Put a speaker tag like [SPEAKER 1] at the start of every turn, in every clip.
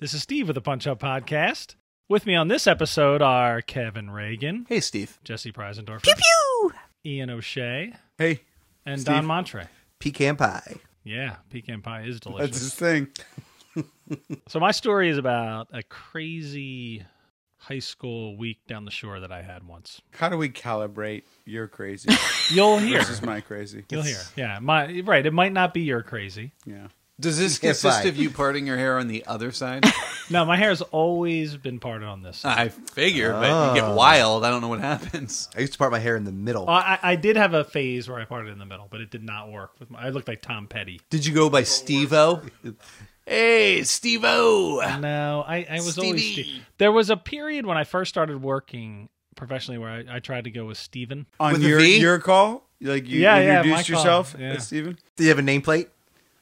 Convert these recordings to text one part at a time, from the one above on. [SPEAKER 1] This is Steve with the Punch Up Podcast. With me on this episode are Kevin Reagan,
[SPEAKER 2] Hey, Steve.
[SPEAKER 1] Jesse Preisendorfer,
[SPEAKER 2] Pew!
[SPEAKER 1] Ian O'Shea,
[SPEAKER 3] Hey,
[SPEAKER 1] and
[SPEAKER 2] Steve.
[SPEAKER 1] Don Montre.
[SPEAKER 2] Pecan pie.
[SPEAKER 1] Yeah, pecan pie is delicious.
[SPEAKER 3] that's his thing.
[SPEAKER 1] So my story is about a crazy high school week down the shore that I had once.
[SPEAKER 3] How do we calibrate your crazy
[SPEAKER 1] You'll hear.
[SPEAKER 3] versus my crazy?
[SPEAKER 1] You'll hear. Yeah, my right. It might not be your crazy.
[SPEAKER 3] Yeah.
[SPEAKER 4] Does this
[SPEAKER 2] Yeah,
[SPEAKER 4] consist
[SPEAKER 2] fine.
[SPEAKER 4] of you parting your hair on the other side?
[SPEAKER 1] No, my hair's always been parted on this. side.
[SPEAKER 4] I figure, but you get wild. I don't know what happens.
[SPEAKER 2] I used to part my hair in the middle.
[SPEAKER 4] Oh.
[SPEAKER 1] Well, I, I did have a phase where I parted in the middle, but it did not work. With my, I looked like Tom Petty.
[SPEAKER 2] Did you go by Stevo?
[SPEAKER 4] Hey, Steve O.
[SPEAKER 1] No, I, I was always.
[SPEAKER 4] Stevie.
[SPEAKER 1] Steve. There was a period when I first started working professionally where I, I tried to go with Steven.
[SPEAKER 3] On
[SPEAKER 4] With a
[SPEAKER 3] your
[SPEAKER 4] V?
[SPEAKER 3] your call, like you
[SPEAKER 1] Yeah, yeah,
[SPEAKER 3] introduced
[SPEAKER 1] my call.
[SPEAKER 3] yourself,
[SPEAKER 1] Yeah.
[SPEAKER 3] as Steven.
[SPEAKER 2] Did you have a nameplate?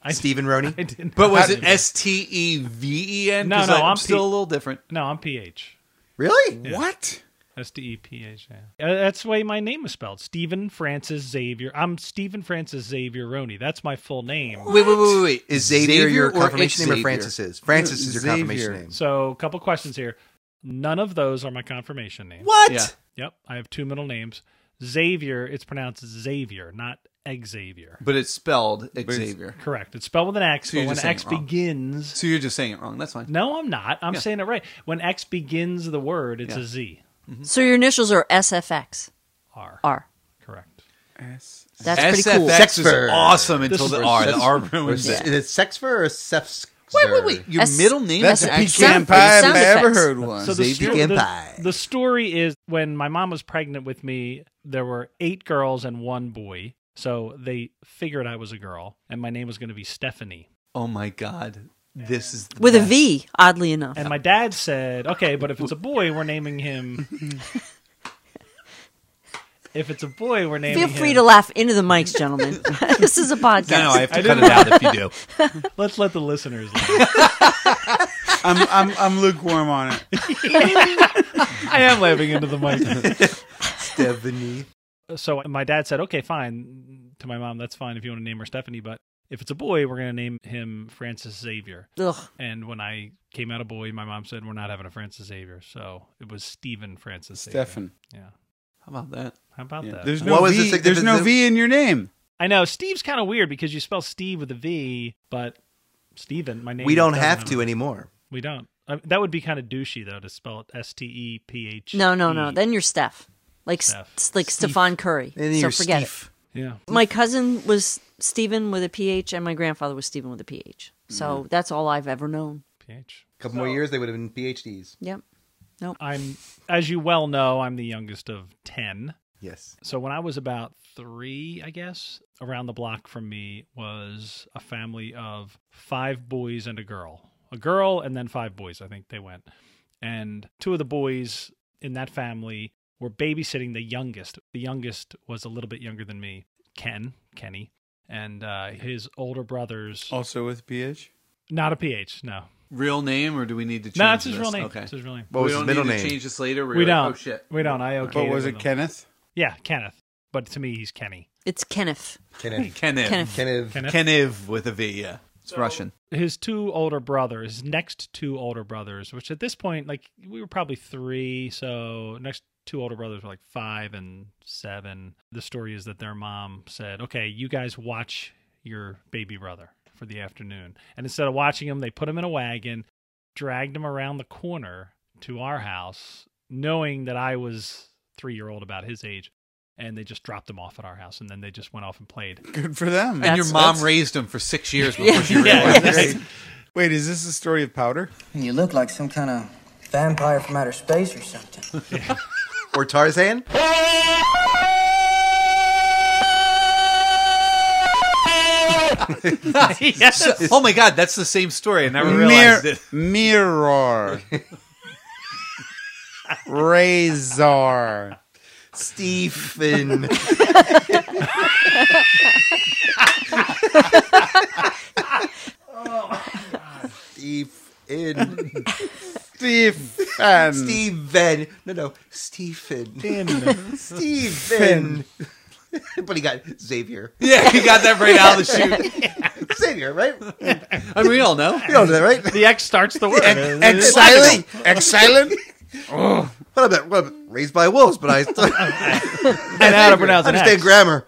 [SPEAKER 1] I-
[SPEAKER 2] Stephen Roney?
[SPEAKER 1] I didn't.
[SPEAKER 4] But was
[SPEAKER 1] I-
[SPEAKER 4] it S T E V E N?
[SPEAKER 1] No,
[SPEAKER 4] 'Cause
[SPEAKER 1] no,
[SPEAKER 4] I-
[SPEAKER 1] I'm
[SPEAKER 4] I'm still
[SPEAKER 1] Pete.
[SPEAKER 4] a little different.
[SPEAKER 1] No, I'm PH.
[SPEAKER 2] Really?
[SPEAKER 3] What?
[SPEAKER 1] S D E P H. yeah. Uh, That's the way my name was spelled. Stephen Francis Xavier. I'm Stephen Francis Xavier Roney. That's my full name.
[SPEAKER 4] Wait, wait, wait, wait, wait.
[SPEAKER 2] Is Xavier, your
[SPEAKER 4] or
[SPEAKER 2] confirmation name or
[SPEAKER 4] Xavier?
[SPEAKER 2] Francis is? Francis is your confirmation
[SPEAKER 3] Xavier.
[SPEAKER 2] name.
[SPEAKER 1] So, a couple questions here. None of those are my confirmation name.
[SPEAKER 2] What?
[SPEAKER 4] Yeah.
[SPEAKER 1] Yep, I have two middle names. Xavier, it's pronounced Xavier, not Xavier.
[SPEAKER 4] But it's spelled
[SPEAKER 3] it's-
[SPEAKER 4] Xavier.
[SPEAKER 1] Correct. It's spelled with an X,
[SPEAKER 4] So
[SPEAKER 1] but
[SPEAKER 4] you're
[SPEAKER 1] when
[SPEAKER 4] just saying
[SPEAKER 1] X
[SPEAKER 4] it wrong.
[SPEAKER 1] begins.
[SPEAKER 4] So you're just saying it wrong. That's fine.
[SPEAKER 1] No, I'm not. I'm
[SPEAKER 4] Yeah.
[SPEAKER 1] saying it right. When X begins the word, it's a Z.
[SPEAKER 5] So your initials are SFX.
[SPEAKER 1] R.
[SPEAKER 5] R.
[SPEAKER 1] Correct.
[SPEAKER 3] S-
[SPEAKER 5] That's pretty cool.
[SPEAKER 4] SFX is
[SPEAKER 2] Sexfer.
[SPEAKER 4] awesome until
[SPEAKER 1] is-
[SPEAKER 4] the R. The
[SPEAKER 2] That's-
[SPEAKER 4] R
[SPEAKER 2] Or
[SPEAKER 4] ruins
[SPEAKER 2] is,
[SPEAKER 4] it.
[SPEAKER 2] it- is it Sexfer or Sefsker?
[SPEAKER 4] Wait, wait, wait. Your
[SPEAKER 5] S-
[SPEAKER 4] middle name
[SPEAKER 3] That's
[SPEAKER 4] is
[SPEAKER 3] a
[SPEAKER 5] Sound-
[SPEAKER 4] actually
[SPEAKER 3] pecan pie if
[SPEAKER 5] sound
[SPEAKER 3] I ever
[SPEAKER 5] effects.
[SPEAKER 3] heard one.
[SPEAKER 1] So the,
[SPEAKER 2] Xavier
[SPEAKER 1] sto- the,
[SPEAKER 2] Empire.
[SPEAKER 1] the story is when my mom was pregnant with me, there were eight girls and one boy. So they figured I was a girl, and my name was going to be Stephanie.
[SPEAKER 4] Oh my god. This is the
[SPEAKER 5] With a
[SPEAKER 4] best.
[SPEAKER 5] V, oddly enough.
[SPEAKER 1] And my dad said, okay, but if it's a boy, we're naming him. if it's a boy, we're naming
[SPEAKER 5] Feel
[SPEAKER 1] him.
[SPEAKER 5] free to laugh into the mics, gentlemen. this is a podcast.
[SPEAKER 4] No, no, I have to
[SPEAKER 1] I
[SPEAKER 4] cut
[SPEAKER 1] didn't-
[SPEAKER 4] it out if you do.
[SPEAKER 1] Let's let the listeners laugh.
[SPEAKER 3] I'm I'm I'm lukewarm on it.
[SPEAKER 1] I am laughing into the mic.
[SPEAKER 2] Stephanie.
[SPEAKER 1] so my dad said, okay, fine. To my mom, that's fine if you want to name her Stephanie, but if it's a boy, we're going to name him Francis Xavier.
[SPEAKER 5] Ugh.
[SPEAKER 1] And when I came out a boy, my mom said, we're not having a Francis Xavier. So it was Stephen Francis Xavier.
[SPEAKER 3] Stefan.
[SPEAKER 1] Yeah.
[SPEAKER 4] How about that?
[SPEAKER 1] How about
[SPEAKER 3] Yeah.
[SPEAKER 1] that?
[SPEAKER 3] There's
[SPEAKER 1] huh?
[SPEAKER 3] no
[SPEAKER 2] What was the
[SPEAKER 3] V.
[SPEAKER 2] sig-
[SPEAKER 3] there's no
[SPEAKER 2] the-
[SPEAKER 3] V in your name.
[SPEAKER 1] I know. Steve's kind of weird because you spell Steve with a V, but Stephen, my name.
[SPEAKER 2] We don't
[SPEAKER 1] doesn't
[SPEAKER 2] have to anymore.
[SPEAKER 1] We don't. Uh, that would be kind of douchey, though, to spell it S T E P H.
[SPEAKER 5] no, no, no. Then you're Steph. Like
[SPEAKER 1] Mm.
[SPEAKER 5] s-
[SPEAKER 1] Steph.
[SPEAKER 5] s- like
[SPEAKER 1] Steve.
[SPEAKER 5] Stefan Curry.
[SPEAKER 2] And then
[SPEAKER 5] so
[SPEAKER 2] you're
[SPEAKER 5] forget
[SPEAKER 2] Steve.
[SPEAKER 1] Yeah.
[SPEAKER 5] it. My cousin was Stephen with a PH, and my grandfather was Stephen with a PH. So that's all I've ever known.
[SPEAKER 1] PH.
[SPEAKER 2] A couple more years, they would have been PhDs.
[SPEAKER 5] Yep.
[SPEAKER 1] I'm, as you well know, I'm the youngest of 10.
[SPEAKER 2] Yes.
[SPEAKER 1] So when I was about three, I guess, around the block from me was a family of five boys and a girl. A girl and then five boys, I think they went. And two of the boys in that family were babysitting the youngest. The youngest was a little bit younger than me, Ken, Kenny, and uh, his older brothers.
[SPEAKER 3] Also with PH.
[SPEAKER 1] Not a PH, no.
[SPEAKER 4] Real name, or do we need to change
[SPEAKER 1] No, it's his
[SPEAKER 4] this?
[SPEAKER 1] real name.
[SPEAKER 4] Okay.
[SPEAKER 1] It's his real name.
[SPEAKER 2] What was
[SPEAKER 4] we
[SPEAKER 2] his
[SPEAKER 4] don't
[SPEAKER 2] middle
[SPEAKER 4] need to
[SPEAKER 2] name?
[SPEAKER 4] change this later. We're
[SPEAKER 1] We
[SPEAKER 4] like,
[SPEAKER 1] don't.
[SPEAKER 4] Oh shit.
[SPEAKER 1] We don't. I okay.
[SPEAKER 3] But was it Kenneth?
[SPEAKER 1] Yeah, Kenneth. But to me, he's Kenny.
[SPEAKER 5] It's Kenneth.
[SPEAKER 2] Kenneth.
[SPEAKER 4] Kenev.
[SPEAKER 5] Kenneth.
[SPEAKER 2] Kenneth.
[SPEAKER 1] Kenneth.
[SPEAKER 4] Kenev with a V. Yeah, it's Russian.
[SPEAKER 1] his two older brothers, his next two older brothers, which at this point, like we were probably three, so next two older brothers were like five and seven. The story is that their mom said, "Okay, you guys watch your baby brother for the afternoon," and instead of watching him, they put him in a wagon, dragged him around the corner to our house, knowing that I was three year old about his age, and they just dropped him off at our house, and then they just went off and played.
[SPEAKER 3] Good for them.
[SPEAKER 4] And your
[SPEAKER 5] That's-
[SPEAKER 4] mom
[SPEAKER 5] that's-
[SPEAKER 4] raised him for six years before
[SPEAKER 5] Yeah.
[SPEAKER 4] she realized.
[SPEAKER 1] Yeah,
[SPEAKER 4] it.
[SPEAKER 1] yes.
[SPEAKER 3] Wait, is this the story of powder?
[SPEAKER 6] You look like some kind of vampire from outer space or something.
[SPEAKER 2] Or Tarzan?
[SPEAKER 1] yes.
[SPEAKER 4] Oh my god, that's the same story. I never
[SPEAKER 3] Mir-
[SPEAKER 4] realized it.
[SPEAKER 3] mirror. Razor.
[SPEAKER 2] Stephen. Stephen.
[SPEAKER 3] Stephen.
[SPEAKER 2] Stephen. No, no. Stephen. Stephen. but he got Xavier.
[SPEAKER 4] Yeah, he got that right out of the chute.
[SPEAKER 2] Xavier, right? You
[SPEAKER 4] I mean, we all know.
[SPEAKER 2] don't know that, right?
[SPEAKER 1] The X starts the word.
[SPEAKER 2] Exiled. Exiled. What about what about raised by wolves? But I, I
[SPEAKER 1] and how to pronounce an
[SPEAKER 2] understand
[SPEAKER 1] X.
[SPEAKER 2] grammar.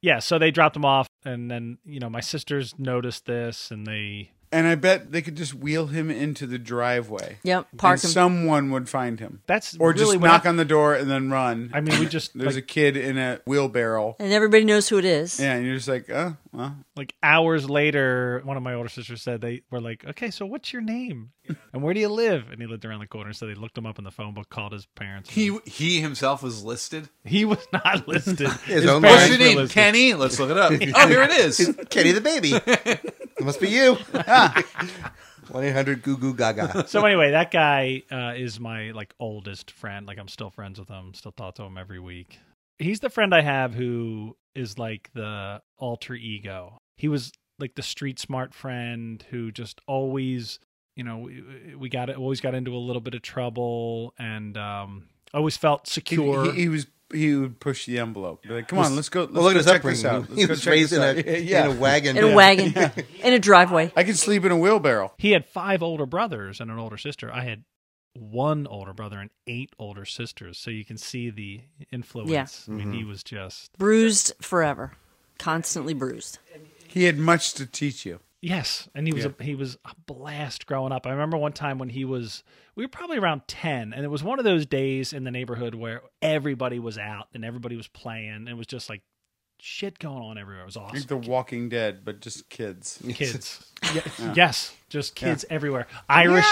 [SPEAKER 1] Yeah, so they dropped him off, and then you know my sisters noticed this, and they
[SPEAKER 3] And I bet they could just wheel him into the driveway.
[SPEAKER 5] Yep, park
[SPEAKER 3] and
[SPEAKER 5] him.
[SPEAKER 3] someone would find him.
[SPEAKER 1] that's
[SPEAKER 3] Or
[SPEAKER 1] really
[SPEAKER 3] just
[SPEAKER 1] when
[SPEAKER 3] knock
[SPEAKER 1] I,
[SPEAKER 3] on the door and then run.
[SPEAKER 1] I mean, we just
[SPEAKER 3] There's
[SPEAKER 1] like,
[SPEAKER 3] a kid in a wheelbarrow.
[SPEAKER 5] and everybody knows who it is.
[SPEAKER 3] Yeah, and you're just like, oh, well.
[SPEAKER 1] like hours later, one of my older sisters said they were like, "Okay, so what's your name and where do you live?" And he lived around the corner, so they looked him up in the phone book, called his parents.
[SPEAKER 4] He he himself was listed.
[SPEAKER 1] he was not listed. his
[SPEAKER 2] own
[SPEAKER 1] parents
[SPEAKER 4] What's your
[SPEAKER 2] Right.
[SPEAKER 1] were
[SPEAKER 4] name?
[SPEAKER 1] listed.
[SPEAKER 4] Kenny. Let's look it up. Oh, here it is.
[SPEAKER 2] Kenny the baby. It must be you. One eight hundred goo goo gaga.
[SPEAKER 1] So anyway, that guy uh, is my like oldest friend. Like I'm still friends with him. Still talk to him every week. He's the friend I have who is like the alter ego. He was like the street smart friend who just always, you know, we, we got always got into a little bit of trouble and um, always felt
[SPEAKER 3] He,
[SPEAKER 1] secure.
[SPEAKER 3] he- he was he would push the envelope. Be like, come on, let's go. Let's
[SPEAKER 2] Well, look
[SPEAKER 3] go
[SPEAKER 2] at his
[SPEAKER 3] check this
[SPEAKER 2] upbringing.
[SPEAKER 3] out. Let's
[SPEAKER 2] he
[SPEAKER 3] go
[SPEAKER 2] was
[SPEAKER 3] check
[SPEAKER 2] raised
[SPEAKER 3] this
[SPEAKER 2] in a,
[SPEAKER 3] out." yeah.
[SPEAKER 2] in a wagon.
[SPEAKER 5] in a wagon, in a driveway.
[SPEAKER 3] I could sleep in a wheelbarrow.
[SPEAKER 1] he had five older brothers and an older sister. I had one older brother and eight older sisters. So you can see the influence. I mean,
[SPEAKER 3] Mm-hmm.
[SPEAKER 1] he was just
[SPEAKER 5] Bruised forever, constantly bruised.
[SPEAKER 3] He had much to teach you.
[SPEAKER 1] Yes, and he was a, he was a blast growing up. I remember one time when he was we were probably around 10 and it was one of those days in the neighborhood where everybody was out and everybody was playing and it was just like shit going on everywhere. It was
[SPEAKER 3] Like
[SPEAKER 1] awesome.
[SPEAKER 3] The Walking Dead, but just kids.
[SPEAKER 1] Kids. Yes, just kids everywhere. Irish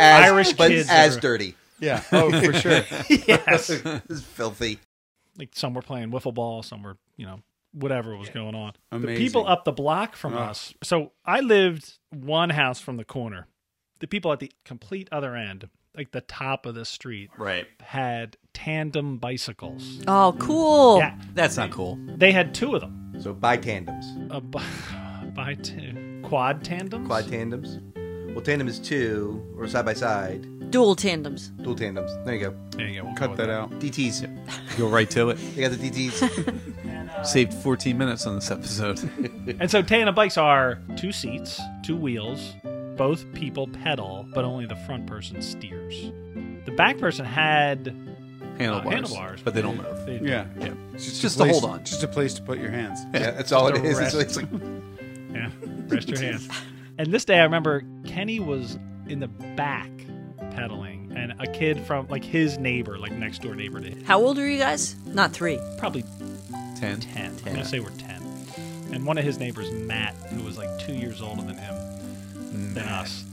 [SPEAKER 2] As,
[SPEAKER 1] Irish
[SPEAKER 2] but
[SPEAKER 1] kids
[SPEAKER 2] as
[SPEAKER 1] are-
[SPEAKER 2] dirty.
[SPEAKER 3] Yeah. Oh, for sure.
[SPEAKER 1] yes.
[SPEAKER 2] This is filthy.
[SPEAKER 1] like some were playing wiffle ball, some were, you know, whatever was going on. The
[SPEAKER 3] Amazing.
[SPEAKER 1] people up the block from us. So I lived one house from the corner. The people at the complete other end, like the top of the street,
[SPEAKER 4] Right.
[SPEAKER 1] had tandem bicycles.
[SPEAKER 5] Oh, cool.
[SPEAKER 1] Mm. Yeah,
[SPEAKER 4] That's not cool.
[SPEAKER 1] they had two of them.
[SPEAKER 2] So buy tandems.
[SPEAKER 1] A bi- by two quad tandems.
[SPEAKER 2] Quad tandems. Well, tandem is two or side by side.
[SPEAKER 5] Dual tandems.
[SPEAKER 2] Dual tandems. There you go.
[SPEAKER 1] There you go. We'll go
[SPEAKER 3] Cut
[SPEAKER 1] with
[SPEAKER 3] that out.
[SPEAKER 2] DTs.
[SPEAKER 4] Go right to it.
[SPEAKER 2] They got the DTs.
[SPEAKER 4] Saved 14 minutes on this episode.
[SPEAKER 1] And so tandem bikes are two seats, two wheels, both people pedal, but only the front person steers. The back person had
[SPEAKER 4] Uh, Handlebars.
[SPEAKER 1] handlebars.
[SPEAKER 4] But they don't move.
[SPEAKER 1] they-
[SPEAKER 3] Yeah.
[SPEAKER 4] Yeah.
[SPEAKER 3] It's
[SPEAKER 4] Just,
[SPEAKER 3] a
[SPEAKER 4] to
[SPEAKER 3] place-
[SPEAKER 4] hold on.
[SPEAKER 3] Just a place to put your hands.
[SPEAKER 2] yeah, that's all it
[SPEAKER 1] The
[SPEAKER 2] is. It's,
[SPEAKER 1] rest.
[SPEAKER 2] it's like
[SPEAKER 1] Yeah, rest your hand. And this day, I remember Kenny was in the back pedaling, and a kid from like his neighbor, like next door neighbor to him,
[SPEAKER 5] How old are you guys? Not three.
[SPEAKER 1] probably
[SPEAKER 4] 10.
[SPEAKER 1] 10. I'm going to say we're 10. And one of his neighbors, Matt, who was like two years older than him, than us,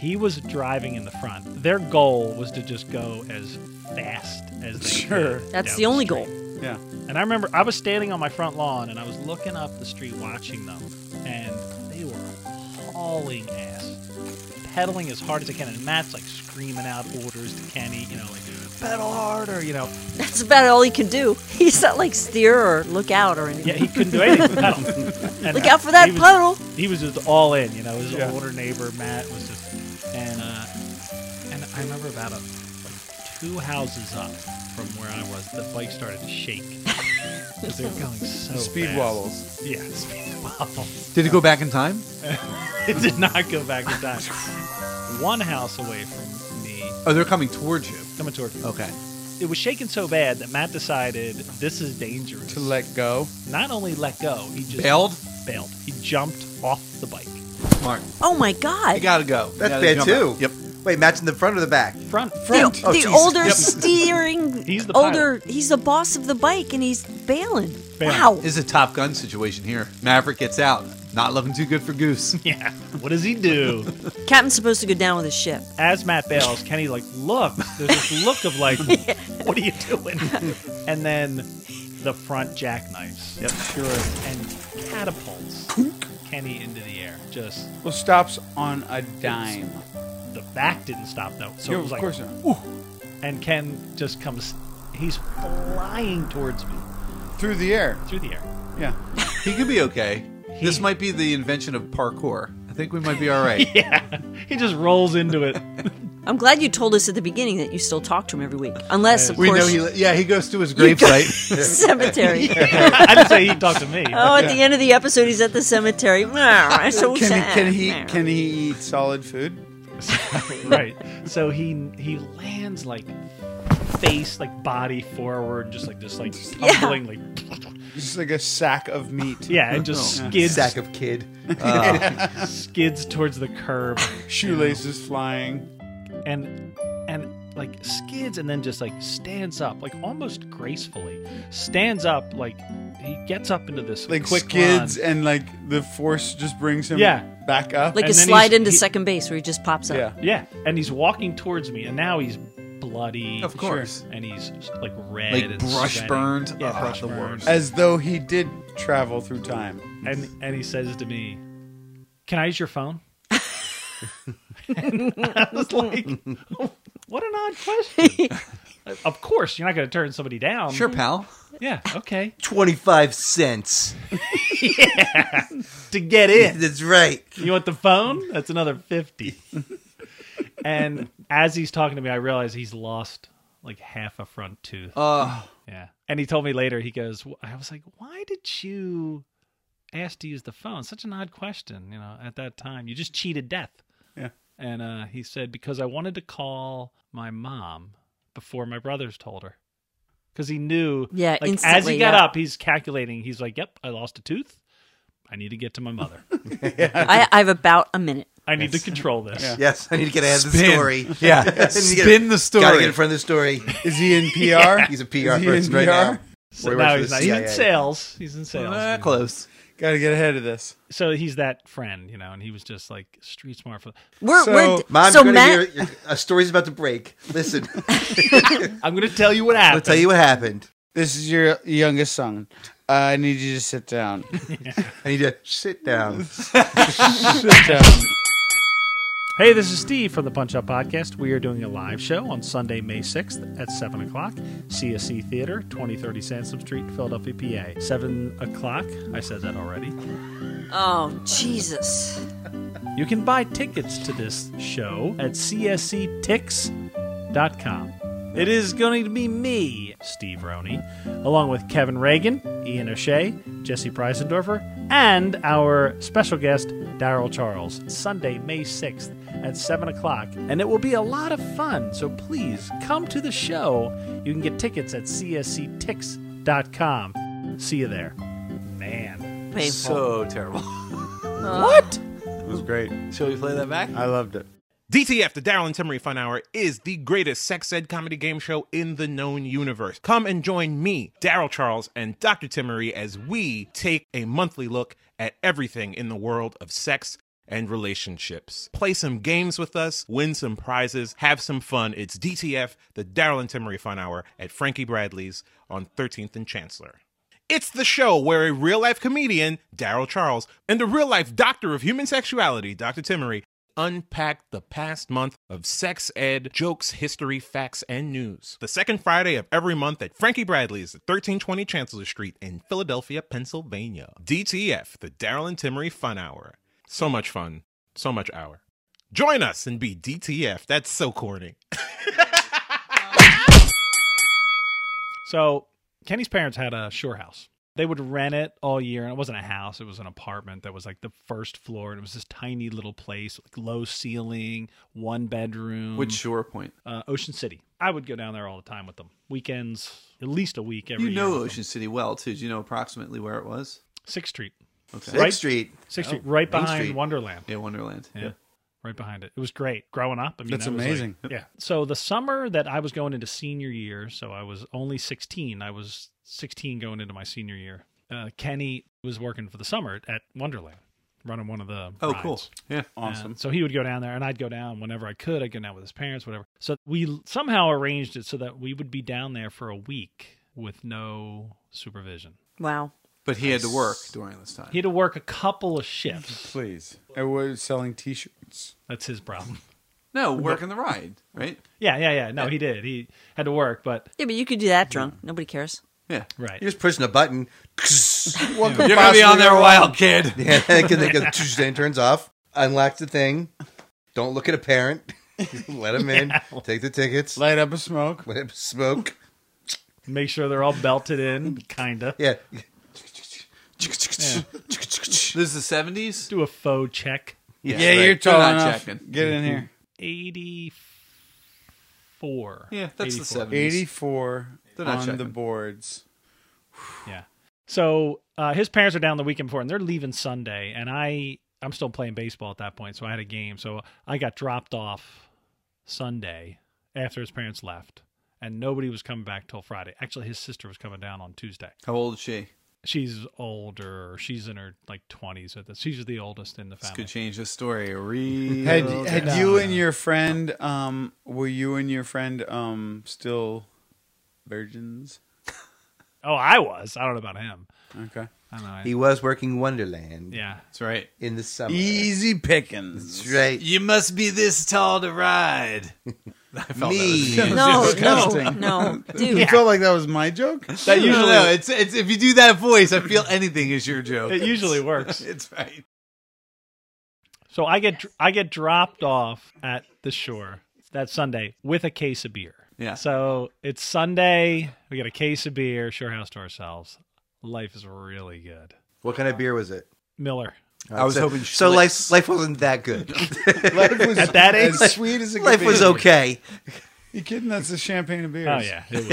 [SPEAKER 1] he was driving in the front. Their goal was to just go as fast as they
[SPEAKER 3] Sure.
[SPEAKER 1] could
[SPEAKER 5] That's
[SPEAKER 1] down
[SPEAKER 5] the only
[SPEAKER 1] street.
[SPEAKER 5] goal.
[SPEAKER 3] Yeah.
[SPEAKER 1] And I remember I was standing on my front lawn and I was looking up the street watching them, and they were hauling ass, pedaling as hard as they can. And Matt's like screaming out orders to Kenny, you know, like pedal harder, you know.
[SPEAKER 5] That's about all he can do. He's not like steer or look out or anything.
[SPEAKER 1] Yeah, he couldn't do anything but pedal. And
[SPEAKER 5] Look out for that
[SPEAKER 1] he was,
[SPEAKER 5] puddle.
[SPEAKER 1] He was just all in, you know. His
[SPEAKER 3] Yeah.
[SPEAKER 1] older neighbor Matt was just, and uh, and I remember about a, like two houses up from where I was, the bike started to shake. 'Cause they were going so
[SPEAKER 2] Oh,
[SPEAKER 3] Speed
[SPEAKER 1] fast.
[SPEAKER 3] wobbles.
[SPEAKER 1] Yeah, speed wobbles.
[SPEAKER 4] Did it go back in time?
[SPEAKER 1] It did not go back in time. One house away from me,
[SPEAKER 4] Oh, they're coming towards you.
[SPEAKER 1] coming toward me.
[SPEAKER 4] Okay.
[SPEAKER 1] It was shaking so bad that Matt decided this is dangerous.
[SPEAKER 3] To let go.
[SPEAKER 1] not only let go, he just
[SPEAKER 4] Bailed?
[SPEAKER 1] bailed. He jumped off the bike.
[SPEAKER 4] Mark.
[SPEAKER 5] Oh my
[SPEAKER 4] You
[SPEAKER 5] God.
[SPEAKER 4] gotta go. You
[SPEAKER 2] that's
[SPEAKER 4] gotta
[SPEAKER 2] bad
[SPEAKER 4] jump
[SPEAKER 2] too.
[SPEAKER 4] out. Yep.
[SPEAKER 2] Wait, matching the front or the back?
[SPEAKER 1] Front.
[SPEAKER 5] The,
[SPEAKER 2] Oh,
[SPEAKER 5] the
[SPEAKER 2] Jesus.
[SPEAKER 5] older
[SPEAKER 2] Yep.
[SPEAKER 5] steering,
[SPEAKER 1] He's the
[SPEAKER 5] older. He's the boss of the bike, and he's bailing.
[SPEAKER 1] Bailing.
[SPEAKER 5] Wow.
[SPEAKER 4] This is a Top Gun situation here. Maverick gets out. Not looking too good for Goose.
[SPEAKER 1] Yeah. What does he do?
[SPEAKER 5] Captain's supposed to go down with his ship.
[SPEAKER 1] As Matt bails, Kenny like looks. There's this look of like, what are you doing? And then the front jackknifes. Yep. Sure. And catapults Kenny into the air. Just
[SPEAKER 3] Well, stops on a dime.
[SPEAKER 1] the back didn't stop though. So
[SPEAKER 3] Yeah,
[SPEAKER 1] it was
[SPEAKER 3] of
[SPEAKER 1] like
[SPEAKER 3] course not.
[SPEAKER 1] and Ken just comes. He's flying towards me
[SPEAKER 3] Through the air.
[SPEAKER 1] through the air.
[SPEAKER 3] Yeah.
[SPEAKER 4] He could be okay. This might be the invention of parkour. I think we might be all right.
[SPEAKER 1] He just rolls into it,
[SPEAKER 5] I'm glad you told us at the beginning that you still talk to him every week, unless of
[SPEAKER 4] We know
[SPEAKER 5] course
[SPEAKER 4] he. Yeah, he goes to his gravesite.
[SPEAKER 5] cemetery.
[SPEAKER 1] I didn't say he talked to me.
[SPEAKER 5] Oh, at the end of the episode, he's at the cemetery. I'm
[SPEAKER 3] Can
[SPEAKER 5] so
[SPEAKER 3] he,
[SPEAKER 5] sad.
[SPEAKER 3] can he can he eat solid food?
[SPEAKER 1] right. So he he lands like face like body forward, just like this like
[SPEAKER 5] Yeah.
[SPEAKER 1] tumbling like
[SPEAKER 3] Just like a sack of meat.
[SPEAKER 1] yeah, and just skids
[SPEAKER 4] Oh, Sack of kid.
[SPEAKER 1] skids towards the curb
[SPEAKER 3] Shoelaces flying.
[SPEAKER 1] and and like skids and then just like stands up like almost gracefully stands up like he gets up into this
[SPEAKER 3] Like
[SPEAKER 1] quick
[SPEAKER 3] skids
[SPEAKER 1] run.
[SPEAKER 3] and like the force just brings him
[SPEAKER 1] Yeah.
[SPEAKER 3] back up.
[SPEAKER 5] like
[SPEAKER 1] And
[SPEAKER 5] a
[SPEAKER 1] then
[SPEAKER 5] slide
[SPEAKER 1] he's-
[SPEAKER 5] into
[SPEAKER 1] he-
[SPEAKER 5] second base where he just pops up.
[SPEAKER 3] yeah.
[SPEAKER 1] yeah and he's walking towards me and now he's bloody
[SPEAKER 4] Of course.
[SPEAKER 1] and he's like red
[SPEAKER 4] Like
[SPEAKER 1] and
[SPEAKER 4] brush
[SPEAKER 1] sweaty.
[SPEAKER 4] burned?
[SPEAKER 1] yeah
[SPEAKER 4] Ah,
[SPEAKER 1] brush
[SPEAKER 4] the
[SPEAKER 1] burned.
[SPEAKER 4] worst.
[SPEAKER 3] As though he did travel through time.
[SPEAKER 1] and and he says to me, "Can I use your phone?" and I was like, "What an odd question." of course, you're not going to turn somebody down.
[SPEAKER 4] Sure, pal.
[SPEAKER 1] Yeah. Okay.
[SPEAKER 2] 25 cents.
[SPEAKER 1] To get in,
[SPEAKER 2] That's right.
[SPEAKER 1] you want the phone? That's another fifty. and as he's talking to me, I realize he's lost like half a front tooth.
[SPEAKER 4] Uh,
[SPEAKER 1] Yeah. And he told me later, he goes, "Wh- I was like, why did you ask to use the phone? Such an odd question, you know, at that time. You just cheated death.
[SPEAKER 3] Yeah.
[SPEAKER 1] And uh, he said, because I wanted to call my mom before my brothers told her. Because he knew,
[SPEAKER 5] Yeah,
[SPEAKER 1] like, as he
[SPEAKER 5] instantly,
[SPEAKER 1] got
[SPEAKER 5] yeah.
[SPEAKER 1] up, he's calculating. He's like, yep, I lost a tooth. I need to get to my mother.
[SPEAKER 5] I, I have about a minute.
[SPEAKER 1] I need to control this.
[SPEAKER 3] Yeah.
[SPEAKER 2] Yes, I need to get ahead of the
[SPEAKER 4] Spin.
[SPEAKER 2] story.
[SPEAKER 4] Yeah,
[SPEAKER 2] need to get-
[SPEAKER 4] spin the story.
[SPEAKER 2] Gotta get in front of the story.
[SPEAKER 3] Is he in PR?
[SPEAKER 2] He's a PR
[SPEAKER 3] Is he in
[SPEAKER 2] person right now.
[SPEAKER 3] PR?
[SPEAKER 1] So
[SPEAKER 2] Way
[SPEAKER 1] now
[SPEAKER 2] worse
[SPEAKER 1] he's,
[SPEAKER 2] for
[SPEAKER 1] not,
[SPEAKER 2] the
[SPEAKER 1] he's in
[SPEAKER 2] CIA.
[SPEAKER 1] sales. He's in sales.
[SPEAKER 4] Uh, close.
[SPEAKER 3] Gotta get ahead of this.
[SPEAKER 1] So he's that friend, you know, and he was just like street smart. For,
[SPEAKER 5] We're,
[SPEAKER 3] So,
[SPEAKER 5] we're
[SPEAKER 2] Mom's
[SPEAKER 5] so
[SPEAKER 2] gonna
[SPEAKER 5] Matt.
[SPEAKER 2] hear a story's about to break. Listen,
[SPEAKER 1] I'm going to tell you what happened.
[SPEAKER 2] I'll tell you what happened.
[SPEAKER 3] This is your youngest son. Uh, I need you to sit down.
[SPEAKER 2] I need to sit down.
[SPEAKER 3] sit down.
[SPEAKER 1] Hey, this is Steve from the Punch Up Podcast. We are doing a live show on Sunday, May 6th at 7 o'clock, CSC Theater, 2030 Sansom Street, Philadelphia, PA. 7 o'clock, I said that already.
[SPEAKER 5] Oh Jesus!
[SPEAKER 1] You can buy tickets to this show at E csctix.com. It is going to be me, Steve Roney, along with Kevin Reagan, Ian O'Shea, Jesse Preisendorfer, and our special guest, Daryl Charles, Sunday, May 6th at 7 o'clock. And it will be a lot of fun, so please come to the show. You can get tickets at E csctix.com. See you there. Man.
[SPEAKER 5] Painful.
[SPEAKER 4] So terrible.
[SPEAKER 3] It was great.
[SPEAKER 4] Shall we play that back?
[SPEAKER 3] I loved it.
[SPEAKER 7] DTF, the Daryl and Timmy Fun Hour, is the greatest sex ed comedy game show in the known universe. Come and join me, Daryl Charles, and Dr. Timmery as we take a monthly look at everything in the world of sex and relationships. Play some games with us, win some prizes, have some fun. It's DTF, the Daryl and Timmery Fun Hour at Frankie Bradley's on 13th and Chancellor. It's the show where a real life comedian, Daryl Charles, and a real life doctor of human sexuality, Dr. Timmery, unpack the past month of sex ed, jokes, history, facts, and news. The second Friday of every month at Frankie Bradley's at 1320 Chancellor Street in Philadelphia, Pennsylvania. DTF, the Daryl and Timmery Fun Hour. So much fun, so much hour. Join us and be DTF. That's so corny.
[SPEAKER 1] So Kenny's parents had a shore house. They would rent it all year, and it wasn't a house; it was an apartment that was like the first floor, and it was this tiny little place, like low ceiling, one bedroom.
[SPEAKER 4] Which shore point?
[SPEAKER 1] uh, Ocean City? I would go down there all the time with them, weekends, at least a week every.
[SPEAKER 4] You know
[SPEAKER 1] year
[SPEAKER 4] Ocean City well too. Do you know approximately where it was?
[SPEAKER 1] Sixth Street,
[SPEAKER 2] Sixth
[SPEAKER 1] Right?
[SPEAKER 2] Street.
[SPEAKER 1] Sixth
[SPEAKER 4] Oh,
[SPEAKER 1] Street, right
[SPEAKER 2] Main
[SPEAKER 1] behind
[SPEAKER 2] Street.
[SPEAKER 1] Wonderland.
[SPEAKER 4] Yeah, Wonderland.
[SPEAKER 1] Yeah. Right behind it. It was great growing up. I mean,
[SPEAKER 3] That's
[SPEAKER 1] that was, like-
[SPEAKER 3] amazing.
[SPEAKER 1] yeah. So the summer that I was going into senior year, so I was only 16. I was 16 going into my senior year. Uh, Kenny was working for the summer at Wonderland, running one of the.
[SPEAKER 4] Oh,
[SPEAKER 1] rides.
[SPEAKER 4] cool. Yeah.
[SPEAKER 3] Awesome.
[SPEAKER 1] And so he would go down there, and I'd go down whenever I could. I'd go down with his parents, whatever. So we l- somehow arranged it so that we would be down there for a week with no supervision.
[SPEAKER 5] Wow.
[SPEAKER 4] But he had to work during this time.
[SPEAKER 1] He had to work a couple of shifts.
[SPEAKER 3] Please. I was selling T-shirts.
[SPEAKER 1] That's his problem.
[SPEAKER 4] No, work in the ride, right?
[SPEAKER 1] Yeah, yeah, yeah. No, he did. He had to work, but
[SPEAKER 5] Yeah, but you could do that drunk. Nobody cares.
[SPEAKER 4] Yeah.
[SPEAKER 1] right.
[SPEAKER 2] You're just pushing a button.
[SPEAKER 4] You're gonna be on there a while, kid.
[SPEAKER 2] Yeah, and then it goes, then it turns off. Unlocks the thing. Don't look at a parent. Let him in. Take the tickets. Let,
[SPEAKER 3] Light up a smoke.
[SPEAKER 2] him smoke.
[SPEAKER 1] Make sure they're all belted in, kinda.
[SPEAKER 2] Yeah.
[SPEAKER 4] This is the seventies.
[SPEAKER 1] Do a faux check.
[SPEAKER 4] Yeah,
[SPEAKER 3] Yeah, you're
[SPEAKER 4] They're
[SPEAKER 3] tall
[SPEAKER 4] not
[SPEAKER 3] enough.
[SPEAKER 4] checking. Mm-hmm.
[SPEAKER 3] Get in here.
[SPEAKER 1] Eighty-four.
[SPEAKER 4] Yeah, that's the
[SPEAKER 1] 84.
[SPEAKER 4] 70s.
[SPEAKER 3] 84
[SPEAKER 4] They're not
[SPEAKER 3] on the
[SPEAKER 4] checking.
[SPEAKER 3] boards.
[SPEAKER 1] Yeah. So uh, his parents are down the weekend before, and they're leaving Sunday, and I I'm still playing baseball at that point, so I had a game, so I got dropped off Sunday after his parents left, and nobody was coming back till Friday. Actually, his sister was coming down on Tuesday.
[SPEAKER 4] How old is she?
[SPEAKER 1] She's older. She's in her like 20s at this. She's the oldest in the
[SPEAKER 4] This
[SPEAKER 1] family.
[SPEAKER 4] could change the story. Real
[SPEAKER 3] Had
[SPEAKER 4] good.
[SPEAKER 3] had you and your friend um were you and your friend um still virgins?
[SPEAKER 1] Oh, I was. I don't know about him.
[SPEAKER 3] Okay.
[SPEAKER 1] I don't know. I-
[SPEAKER 2] He was working Wonderland
[SPEAKER 1] yeah.
[SPEAKER 4] That's right.
[SPEAKER 2] in the
[SPEAKER 4] Um,
[SPEAKER 2] summer.
[SPEAKER 3] Easy pickings.
[SPEAKER 2] That's right.
[SPEAKER 4] You must be this tall to ride. I felt
[SPEAKER 2] Me.
[SPEAKER 4] That, was
[SPEAKER 5] No, no,
[SPEAKER 3] disgusting.
[SPEAKER 5] no, dude.
[SPEAKER 3] You felt like that was my joke?
[SPEAKER 4] that usually no, no, it's it's if you do that voice, I feel anything is your joke.
[SPEAKER 1] It usually works.
[SPEAKER 4] it's right.
[SPEAKER 1] So I get I get dropped off at the shore that Sunday with a case of beer.
[SPEAKER 4] Yeah.
[SPEAKER 1] So it's Sunday. We got a case of beer. Shore house to ourselves. Life is really good.
[SPEAKER 2] What kind of beer was it?
[SPEAKER 1] Miller.
[SPEAKER 4] I was
[SPEAKER 2] so,
[SPEAKER 4] hoping
[SPEAKER 2] so.
[SPEAKER 4] Schlitz.
[SPEAKER 2] Life life wasn't that good.
[SPEAKER 3] Life was
[SPEAKER 1] At that age,
[SPEAKER 3] as sweet as it could
[SPEAKER 2] life was
[SPEAKER 3] be.
[SPEAKER 2] okay.
[SPEAKER 3] You kidding? That's the champagne of beers.
[SPEAKER 1] Oh yeah, it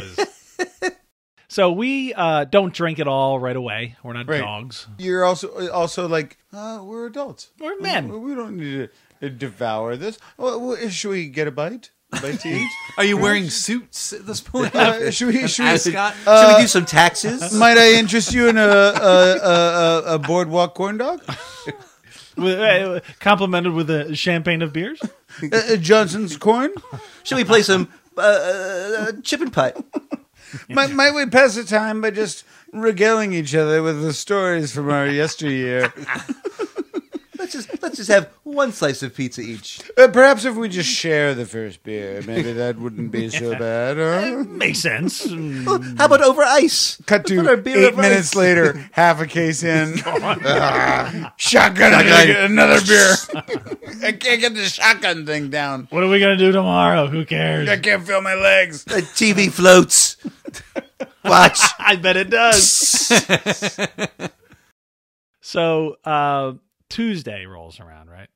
[SPEAKER 1] was. so we uh, don't drink it all right away. We're not
[SPEAKER 3] Right.
[SPEAKER 1] dogs.
[SPEAKER 3] You're also also like uh, we're adults.
[SPEAKER 1] We're
[SPEAKER 3] We-
[SPEAKER 1] men.
[SPEAKER 3] We, don't need to uh, devour this. Uh, Well, well, should we get a bite? A bite to eat?
[SPEAKER 4] Are you wearing suits at this point?
[SPEAKER 3] Uh, should we? Should we
[SPEAKER 4] Ascot?
[SPEAKER 2] Should we do some taxes?
[SPEAKER 3] Might I interest you in a a, a, a, a boardwalk corn dog? Uh,
[SPEAKER 1] With- uh, Complimented with a champagne of beers.
[SPEAKER 3] A, a uh, Johnson's corn?
[SPEAKER 2] Should we play some uh, uh, chip and putt?
[SPEAKER 3] Might, might we pass the time by just regaling each other with the stories from our yesteryear?
[SPEAKER 2] Let's just let's just have one slice of pizza each.
[SPEAKER 3] Uh, perhaps if we just share the first beer, maybe that wouldn't be so bad. Huh?
[SPEAKER 1] Makes sense. Mm.
[SPEAKER 2] How about over ice?
[SPEAKER 3] Cut
[SPEAKER 2] Let's put our
[SPEAKER 3] to
[SPEAKER 2] beer
[SPEAKER 3] eight
[SPEAKER 2] over
[SPEAKER 3] minutes
[SPEAKER 2] ice.
[SPEAKER 3] later, half a case in. shotgun, I gotta get another beer. I can't get the shotgun thing down.
[SPEAKER 1] What are we gonna do tomorrow? Who cares?
[SPEAKER 3] I can't feel my legs.
[SPEAKER 2] The TV floats. Watch.
[SPEAKER 1] I bet it does. so uh, Tuesday rolls around, right?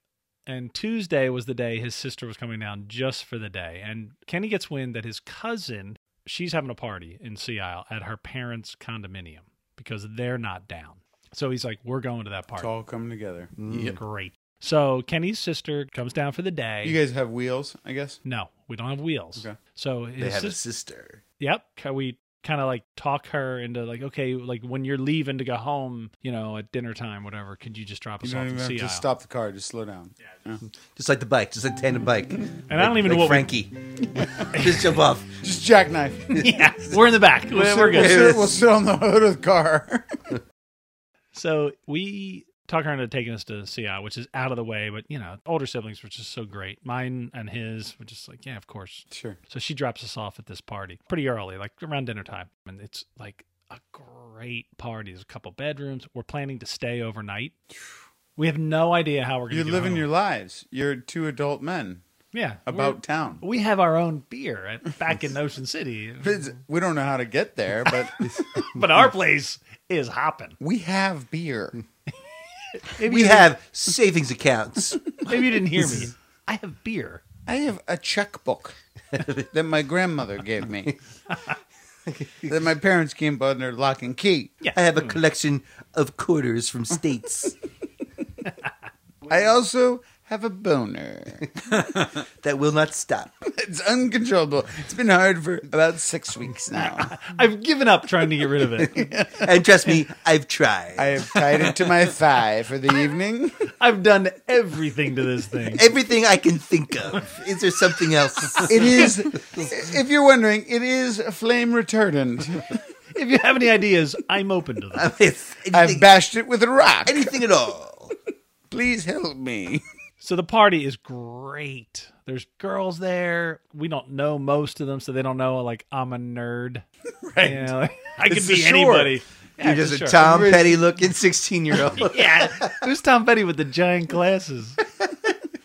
[SPEAKER 1] And Tuesday was the day his sister was coming down just for the day. And Kenny gets wind that his cousin, she's having a party in Sea Isle at her parents' condominium because they're not down. So he's like, we're going to that
[SPEAKER 3] It's
[SPEAKER 1] party. Mm.
[SPEAKER 3] all come together.
[SPEAKER 1] Great. So Kenny's sister comes down for the day.
[SPEAKER 3] You guys have wheels, I guess.
[SPEAKER 1] no, we don't have wheels.
[SPEAKER 3] Okay.
[SPEAKER 1] So his
[SPEAKER 2] They have a
[SPEAKER 1] sis-
[SPEAKER 2] sister.
[SPEAKER 1] yep can we kind of like talk her into like okay like when you're leaving to go home you know at dinner time whatever could you just drop
[SPEAKER 3] You
[SPEAKER 1] us
[SPEAKER 3] don't
[SPEAKER 1] off
[SPEAKER 3] even
[SPEAKER 1] at
[SPEAKER 3] have
[SPEAKER 1] sea
[SPEAKER 3] to
[SPEAKER 1] Isle?
[SPEAKER 3] stop the car. Just slow down.
[SPEAKER 2] Just like the bike, just like tandem bike. And
[SPEAKER 1] I don't even know what we-
[SPEAKER 2] Frankie. just jump off.
[SPEAKER 3] Just jackknife.
[SPEAKER 1] yeah we're in the back we're, we're
[SPEAKER 3] We'll
[SPEAKER 1] good
[SPEAKER 3] sit, we'll sit on the hood of the car.
[SPEAKER 1] so we talk her into taking us to sea Isle, which is out of the way but you know older siblings which is so great mine and his were just like yeah of course
[SPEAKER 3] sure.
[SPEAKER 1] So she drops us off at this party pretty early, like around dinner time. And it's like a great party. There's a couple bedrooms. We're planning to stay overnight. We have no idea how we're going to
[SPEAKER 3] You're living your lives. You're two adult men
[SPEAKER 1] Yeah.
[SPEAKER 3] about
[SPEAKER 1] we're-
[SPEAKER 3] town.
[SPEAKER 1] We have our own beer at, back in Ocean City,
[SPEAKER 3] It's- We don't know how to get there, but
[SPEAKER 1] but our place is hopping.
[SPEAKER 3] we have beer.
[SPEAKER 1] Maybe
[SPEAKER 2] We
[SPEAKER 1] you
[SPEAKER 2] have savings accounts.
[SPEAKER 1] didn't- maybe you didn't hear me. I have beer.
[SPEAKER 3] I have a checkbook that my grandmother gave me. that my parents came by under lock and key.
[SPEAKER 1] Yeah.
[SPEAKER 2] I have a collection of quarters from states
[SPEAKER 3] I also have a boner.
[SPEAKER 2] that will not stop.
[SPEAKER 3] It's uncontrollable. It's been hard for about six weeks now.
[SPEAKER 1] I've given up trying to get rid of it.
[SPEAKER 2] And trust me, I've tried.
[SPEAKER 3] I have tied it to my thigh for the evening.
[SPEAKER 1] I've done everything to this thing.
[SPEAKER 2] Everything I can think of. Is there something else?
[SPEAKER 3] It is, if you're wondering, it is flame retardant.
[SPEAKER 1] If you have any ideas, I'm open to them.
[SPEAKER 2] It's
[SPEAKER 3] I've
[SPEAKER 2] anything,
[SPEAKER 3] bashed it with a rock.
[SPEAKER 2] anything at all.
[SPEAKER 3] Please help me.
[SPEAKER 1] So the party is great. There's girls there. We don't know most of them, so they don't know. Like I'm a nerd. Right. You know, like, I could
[SPEAKER 2] It's the
[SPEAKER 1] be
[SPEAKER 2] shore.
[SPEAKER 1] anybody. Yeah,
[SPEAKER 2] You're
[SPEAKER 1] it's
[SPEAKER 2] just a
[SPEAKER 1] the shore.
[SPEAKER 2] Tom Petty looking 16 year old.
[SPEAKER 1] Yeah. Who's Tom Petty with the giant glasses?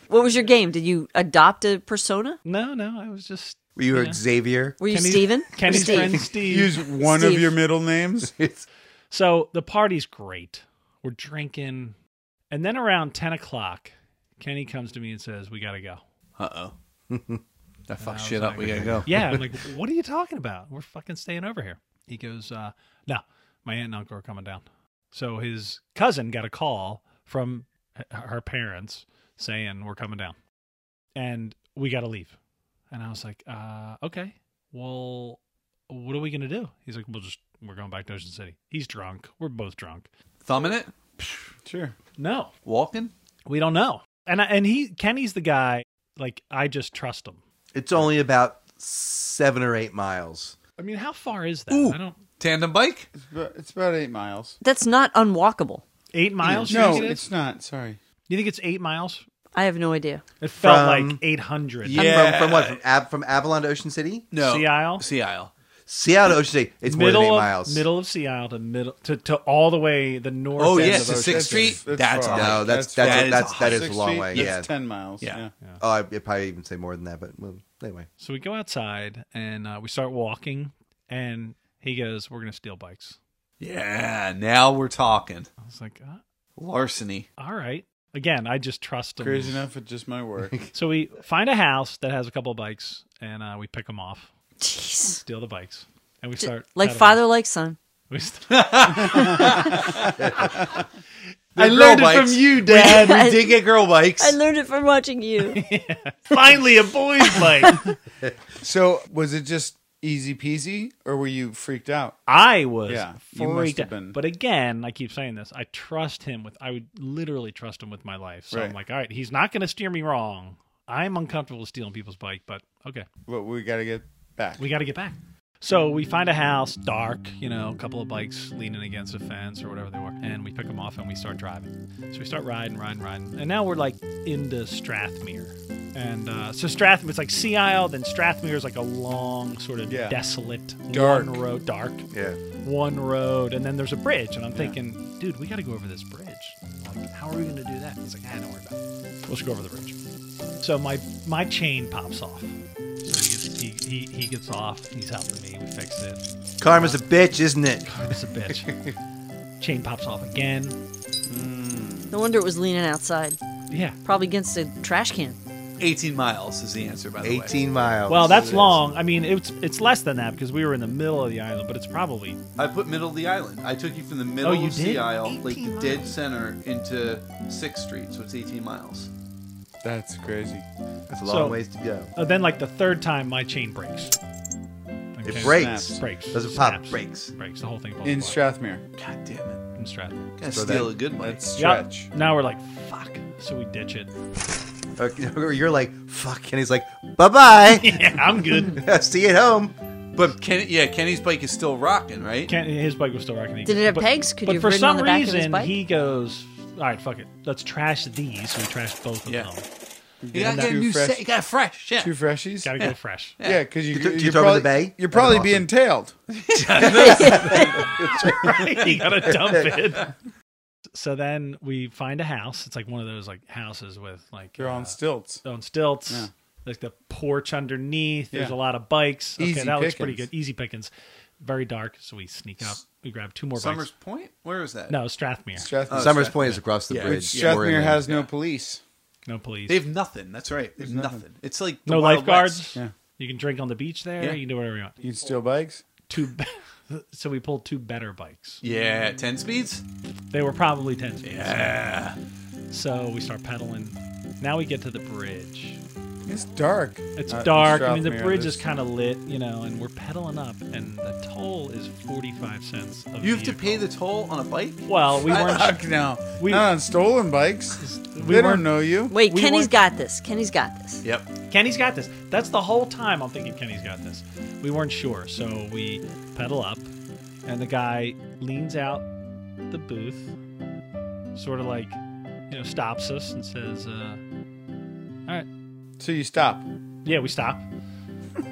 [SPEAKER 5] What was your game? Did you adopt a persona?
[SPEAKER 1] No, no, I was just
[SPEAKER 2] Were you Xavier?
[SPEAKER 5] Were you
[SPEAKER 1] Kenny-
[SPEAKER 5] Steven? Or
[SPEAKER 1] Kenny's
[SPEAKER 5] Steve?
[SPEAKER 1] friend Steve.
[SPEAKER 3] Use one
[SPEAKER 5] Steve.
[SPEAKER 3] of your middle names.
[SPEAKER 1] So the party's great. We're drinking. And then around 10 o'clock, Kenny comes to me and says, We got to go.
[SPEAKER 4] Uh oh. That fucks shit up. We gotta go.
[SPEAKER 1] Yeah. I'm like, What are you talking about? We're fucking staying over here. He goes, uh, No, my aunt and uncle are coming down. So his cousin got a call from h- her parents saying, We're coming down and we got to leave. And I was like, uh, Okay, well, what are we going to do? He's like, We'll just, we're going back to Ocean City. He's drunk. We're both drunk.
[SPEAKER 4] Thumbing it,
[SPEAKER 3] Sure.
[SPEAKER 1] No,
[SPEAKER 4] walking.
[SPEAKER 1] We don't know. And I, and he Kenny's the guy like I just trust him.
[SPEAKER 2] It's only about seven or eight miles.
[SPEAKER 1] I mean, how far is that? I don't
[SPEAKER 4] Tandem bike.
[SPEAKER 3] It's about, it's about eight miles.
[SPEAKER 5] That's not unwalkable.
[SPEAKER 1] 8 miles you
[SPEAKER 3] No,
[SPEAKER 1] think it is?
[SPEAKER 3] it's not. Sorry.
[SPEAKER 1] You think it's 8 miles?
[SPEAKER 5] I have no idea.
[SPEAKER 1] It felt
[SPEAKER 2] From-
[SPEAKER 1] like 800.
[SPEAKER 3] Yeah.
[SPEAKER 2] From, from what? From, Ab- from Avalon to Ocean City?
[SPEAKER 4] No.
[SPEAKER 1] Sea Isle?
[SPEAKER 4] Sea Isle.
[SPEAKER 2] Seattle to Ocean City. It's
[SPEAKER 1] middle
[SPEAKER 2] more than eight
[SPEAKER 1] of,
[SPEAKER 2] miles.
[SPEAKER 1] Middle of Sea Isle to middle to, to all the way the north.
[SPEAKER 4] Oh
[SPEAKER 1] end
[SPEAKER 4] yes,
[SPEAKER 1] of
[SPEAKER 4] to
[SPEAKER 1] those-
[SPEAKER 4] Sixth Street. That's,
[SPEAKER 3] That's- that's
[SPEAKER 4] a
[SPEAKER 3] far.
[SPEAKER 4] hike.
[SPEAKER 2] No, that's that's
[SPEAKER 3] That's
[SPEAKER 4] far.
[SPEAKER 2] that's,
[SPEAKER 4] That
[SPEAKER 2] that is a
[SPEAKER 3] Six
[SPEAKER 2] long
[SPEAKER 3] feet?
[SPEAKER 2] way.
[SPEAKER 3] That's
[SPEAKER 2] Yeah.
[SPEAKER 3] ten miles.
[SPEAKER 4] Yeah.
[SPEAKER 3] Yeah.
[SPEAKER 2] Oh, I'd probably even say more than that, but well, anyway.
[SPEAKER 1] So we go outside and uh, we start walking and he goes, "We're going to steal bikes."
[SPEAKER 4] Yeah. Now we're talking
[SPEAKER 1] I was like, uh,
[SPEAKER 4] larceny.
[SPEAKER 1] "All right." Again, I just trust him.
[SPEAKER 3] Crazy enough, it's just my work.
[SPEAKER 1] So we find a house that has a couple of bikes and uh, we pick them off,
[SPEAKER 5] Jeez.
[SPEAKER 1] steal the bikes, and we start
[SPEAKER 5] Like
[SPEAKER 1] pedaling.
[SPEAKER 5] father, like son.
[SPEAKER 1] We st-
[SPEAKER 4] I
[SPEAKER 2] learned it from you, Dad.
[SPEAKER 5] I-
[SPEAKER 4] we did get girl bikes.
[SPEAKER 5] I learned it from watching you.
[SPEAKER 1] finally a boys bike.
[SPEAKER 3] so was it just easy peasy, or were you freaked out?
[SPEAKER 1] I was
[SPEAKER 3] Yeah, you must
[SPEAKER 1] freaked
[SPEAKER 3] have
[SPEAKER 1] out.
[SPEAKER 3] been.
[SPEAKER 1] But again, I keep saying this. I trust him with. I would literally trust him with my life. So I'm
[SPEAKER 3] Right.
[SPEAKER 1] like, all right, he's not going to steer me wrong. I'm uncomfortable stealing people's bike, but okay,
[SPEAKER 3] But we got to get back.
[SPEAKER 1] we got to get back. So we find a house, dark, you know, a couple of bikes leaning against a fence or whatever they were, and we pick them off and we start driving. So we start riding, riding, riding, and now we're like into Strathmere. And uh, so Strathmere, it's like Sea Isle, then Strathmere is like a long, sort of
[SPEAKER 3] Yeah.
[SPEAKER 1] desolate,
[SPEAKER 3] Dark.
[SPEAKER 1] one road, dark
[SPEAKER 2] Yeah.
[SPEAKER 1] one road and then there's a bridge and i'm thinking dude we got to go over this bridge I'm like how are we going to do that he's like ah don't worry about it let's go over the bridge so my my chain pops off so he gets, he, he, he gets off he's helping me we fix it
[SPEAKER 2] Karma's a bitch, isn't it?
[SPEAKER 1] it's a bitch chain pops off again
[SPEAKER 5] No wonder it was leaning outside,
[SPEAKER 1] yeah
[SPEAKER 5] probably against a trash can.
[SPEAKER 4] 18 miles is the answer, by the way.
[SPEAKER 2] 18 miles.
[SPEAKER 1] well that's long i mean it's it's less than that because we were in the middle of the island but it's probably
[SPEAKER 4] I put middle of the island. I took you from the middle
[SPEAKER 1] Oh, you
[SPEAKER 4] of Sea
[SPEAKER 1] did?
[SPEAKER 4] Isle, like
[SPEAKER 1] 18
[SPEAKER 4] the dead center, into 6th Street, so it's 18 miles.
[SPEAKER 3] That's crazy.
[SPEAKER 2] That's a long
[SPEAKER 1] So-
[SPEAKER 2] ways to go.
[SPEAKER 1] uh, then like the third time my chain breaks
[SPEAKER 2] It
[SPEAKER 1] Okay?
[SPEAKER 2] breaks.
[SPEAKER 3] Snaps.
[SPEAKER 1] breaks
[SPEAKER 2] Doesn't pop,
[SPEAKER 1] snaps,
[SPEAKER 2] breaks.
[SPEAKER 1] breaks the whole thing falls
[SPEAKER 3] In
[SPEAKER 1] apart.
[SPEAKER 3] Strathmere.
[SPEAKER 4] God damn it.
[SPEAKER 1] in Strathmere.
[SPEAKER 4] Gotta
[SPEAKER 2] So
[SPEAKER 4] steal a
[SPEAKER 2] that-
[SPEAKER 4] good bike.
[SPEAKER 3] That's
[SPEAKER 1] Yep.
[SPEAKER 3] stretch.
[SPEAKER 1] Now we're like, fuck. So we ditch it.
[SPEAKER 2] Okay, Or you're like, fuck. And he's like, bye bye.
[SPEAKER 1] Yeah, I'm good.
[SPEAKER 2] See you at home.
[SPEAKER 4] But Ken, yeah, Kenny's bike is still rocking, right?
[SPEAKER 1] Ken, his bike was still rocking.
[SPEAKER 5] Did it have pegs? Could
[SPEAKER 1] but
[SPEAKER 5] you have
[SPEAKER 1] for
[SPEAKER 5] ridden on
[SPEAKER 1] some
[SPEAKER 5] the back of his
[SPEAKER 1] reason,
[SPEAKER 5] bike?
[SPEAKER 1] he goes, all right, fuck it. Let's trash these. So we trashed both of
[SPEAKER 4] Yeah.
[SPEAKER 1] them.
[SPEAKER 4] you gotta get a
[SPEAKER 3] Two
[SPEAKER 4] new
[SPEAKER 3] fresh-
[SPEAKER 4] set. You got fresh. Yeah.
[SPEAKER 3] Two freshies.
[SPEAKER 1] Gotta go fresh.
[SPEAKER 3] Yeah, because you,
[SPEAKER 2] You took- you
[SPEAKER 3] you're
[SPEAKER 2] took over
[SPEAKER 3] probably,
[SPEAKER 2] the bay?
[SPEAKER 3] You're
[SPEAKER 2] That'd
[SPEAKER 3] probably
[SPEAKER 2] be
[SPEAKER 3] being tailed.
[SPEAKER 1] you gotta dump it. So then we find a house. It's like one of those like houses with like
[SPEAKER 3] They're on
[SPEAKER 1] uh,
[SPEAKER 3] stilts.
[SPEAKER 1] on stilts.
[SPEAKER 3] Yeah.
[SPEAKER 1] Like the porch underneath. There's
[SPEAKER 3] Yeah.
[SPEAKER 1] a lot of bikes. Okay,
[SPEAKER 3] Easy
[SPEAKER 1] that looks pretty
[SPEAKER 3] pickings.
[SPEAKER 1] good. Easy pickings. Very dark. So we sneak up. We grab two more
[SPEAKER 4] Summers
[SPEAKER 1] bikes.
[SPEAKER 4] Point? Where is that?
[SPEAKER 1] No, Strathmere.
[SPEAKER 3] Strathmere.
[SPEAKER 2] Summers Point is across the
[SPEAKER 4] Yeah.
[SPEAKER 2] bridge. We're in
[SPEAKER 3] Strathmere
[SPEAKER 2] there.
[SPEAKER 3] has no police.
[SPEAKER 1] no police.
[SPEAKER 4] They have nothing. That's right. There's nothing. It's like the
[SPEAKER 1] no
[SPEAKER 4] Wild
[SPEAKER 1] lifeguards.
[SPEAKER 4] West.
[SPEAKER 3] Yeah.
[SPEAKER 1] You can drink on the beach there.
[SPEAKER 4] Yeah.
[SPEAKER 1] You can do whatever you want.
[SPEAKER 3] You can steal bikes.
[SPEAKER 1] Two, be- so we pulled two better bikes.
[SPEAKER 4] Yeah, 10 speeds?
[SPEAKER 1] They were probably ten speeds.
[SPEAKER 4] Yeah.
[SPEAKER 1] So we start pedaling. Now we get to the bridge.
[SPEAKER 3] It's dark.
[SPEAKER 1] It's
[SPEAKER 3] Uh, in
[SPEAKER 1] dark. I mean, the
[SPEAKER 3] Strathmere,
[SPEAKER 1] bridge is
[SPEAKER 3] there's-
[SPEAKER 1] kind of lit, you know, and we're pedaling up, and the toll is forty-five cents. a
[SPEAKER 4] You have to pay
[SPEAKER 1] vehicle.
[SPEAKER 4] the toll on a bike?
[SPEAKER 1] Well, we weren't.
[SPEAKER 3] Fuck no.
[SPEAKER 1] We-
[SPEAKER 3] Not on stolen bikes.
[SPEAKER 1] we
[SPEAKER 3] they
[SPEAKER 1] weren't-
[SPEAKER 3] don't know you.
[SPEAKER 5] Wait,
[SPEAKER 1] We
[SPEAKER 5] Kenny's
[SPEAKER 1] went-
[SPEAKER 5] got this. Kenny's got this.
[SPEAKER 4] Yep.
[SPEAKER 1] Kenny's got this. That's the whole time I'm thinking Kenny's got this. We weren't sure, so we pedal up, and the guy leans out the booth, sort of like, you know, stops us and says, uh, "All right,
[SPEAKER 3] So you stop.
[SPEAKER 1] yeah, we stop."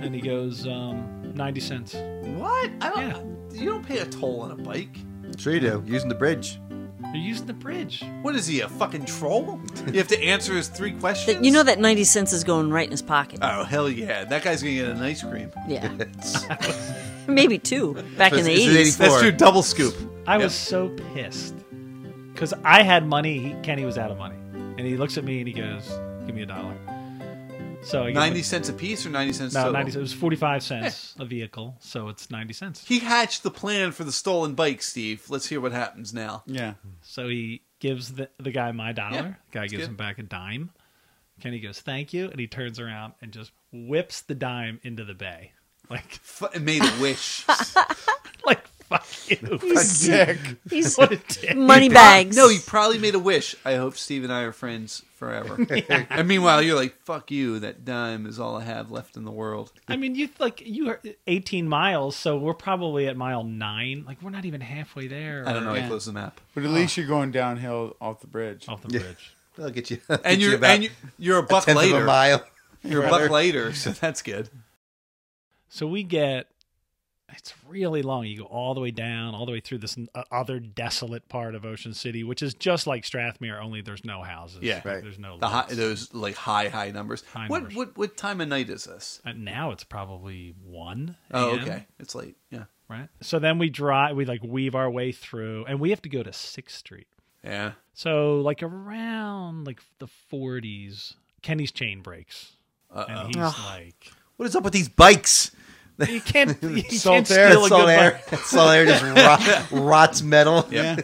[SPEAKER 1] And he goes, um, 90 cents.
[SPEAKER 4] What? I don't. You don't pay a toll on a bike.
[SPEAKER 2] Sure you do. Using the bridge.
[SPEAKER 1] They're using the bridge.
[SPEAKER 4] What is he, a fucking troll? You have to answer his three questions?
[SPEAKER 5] That- You know that 90 cents is going right in his pocket.
[SPEAKER 4] Oh, hell yeah. That guy's going to get an ice cream.
[SPEAKER 5] yeah. Maybe two back in the
[SPEAKER 2] It's- it's an
[SPEAKER 5] 80s.
[SPEAKER 4] That's
[SPEAKER 2] Four.
[SPEAKER 4] true. Double scoop.
[SPEAKER 1] I was so pissed because I had money. He, Kenny was out of money, and he looks at me and he goes, "Give me a dollar." So I gave him a-
[SPEAKER 4] 90 cents a piece or 90 cents
[SPEAKER 1] No,
[SPEAKER 4] total?
[SPEAKER 1] 90, it was forty-five cents
[SPEAKER 4] Eh.
[SPEAKER 1] a vehicle, so it's ninety cents.
[SPEAKER 4] He hatched the plan for the stolen bike, Steve. Let's hear what happens now.
[SPEAKER 3] Yeah.
[SPEAKER 1] So he gives the, the guy my dollar.
[SPEAKER 4] Yeah,
[SPEAKER 1] the guy
[SPEAKER 4] that's
[SPEAKER 1] gives
[SPEAKER 4] good.
[SPEAKER 1] him back a dime. Kenny goes, "Thank you," and he turns around and just whips the dime into the bay, like,
[SPEAKER 4] F- made a wish.
[SPEAKER 1] like fuck you.
[SPEAKER 5] He's, he's
[SPEAKER 1] What a dick.
[SPEAKER 5] money bags.
[SPEAKER 4] no, he probably made a wish. I hope Steve and I are friends forever. And meanwhile, you're like, fuck you. That dime is all I have left in the world.
[SPEAKER 1] I mean, you like you are eighteen miles, so we're probably at mile nine. Like we're not even halfway there.
[SPEAKER 4] I don't know.
[SPEAKER 1] or
[SPEAKER 4] I closed the map.
[SPEAKER 3] But at least you're going downhill off the bridge.
[SPEAKER 1] Off the bridge.
[SPEAKER 2] I'll get you.
[SPEAKER 4] And you're, and you- you're a buck
[SPEAKER 2] tenth
[SPEAKER 4] later.
[SPEAKER 2] of a mile.
[SPEAKER 4] You're a buck later, so that's good.
[SPEAKER 1] So we get it's really long. You go all the way down, all the way through this uh, other desolate part of Ocean City, which is just like Strathmere, only there's no houses.
[SPEAKER 4] Yeah.
[SPEAKER 1] Like, there's no
[SPEAKER 4] The high,
[SPEAKER 1] lights.
[SPEAKER 4] those like high high numbers.
[SPEAKER 1] High
[SPEAKER 4] what
[SPEAKER 1] numbers.
[SPEAKER 4] what what time of night is this?
[SPEAKER 1] Uh, now it's probably one.
[SPEAKER 4] Oh,
[SPEAKER 1] AM,
[SPEAKER 4] okay, it's late. Yeah,
[SPEAKER 1] Right. So then we drive. We like weave our way through, and we have to go to Sixth Street.
[SPEAKER 4] yeah.
[SPEAKER 1] So like around like the 40s, Kenny's chain breaks, and he's like,
[SPEAKER 2] What is up with these bikes?
[SPEAKER 1] you can't, you
[SPEAKER 3] Salt
[SPEAKER 1] can't
[SPEAKER 3] air,
[SPEAKER 1] steal a
[SPEAKER 2] Salt
[SPEAKER 1] good bike.
[SPEAKER 2] air. Salt air just rot, rots metal.
[SPEAKER 3] Yeah.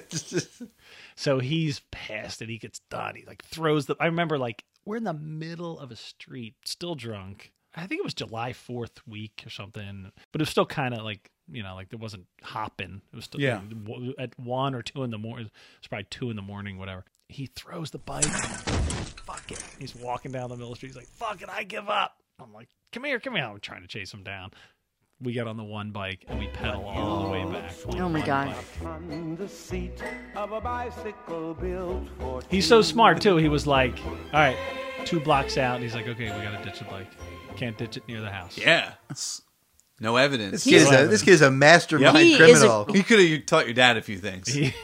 [SPEAKER 1] So he's pissed and he gets done. He like throws the. I remember like we're in the middle of a street, still drunk. I think it was July Fourth week or something, but it was still kind of like you know like there wasn't hopping. It was still
[SPEAKER 3] Yeah.
[SPEAKER 1] w- at one or two in the morning. It's probably two in the morning, whatever. He throws the bike. Fuck it. He's walking down the middle of the street. He's like, "Fuck it, I give up." I'm like, "Come here, come here." I'm trying to chase him down. We get on the one bike and we pedal all the way back. on
[SPEAKER 5] Oh my
[SPEAKER 1] one
[SPEAKER 5] God.
[SPEAKER 1] bike.
[SPEAKER 8] on the seat of a bicycle built for
[SPEAKER 1] He's so smart too. He was like, "All right, two blocks out." And he's like, "Okay, we gotta ditch the bike. Can't ditch it near the house."
[SPEAKER 4] Yeah. It's- No evidence.
[SPEAKER 2] This kid is a, this kid is a mastermind
[SPEAKER 5] He is a-
[SPEAKER 2] criminal.
[SPEAKER 4] He could have taught your dad a few things.
[SPEAKER 1] He-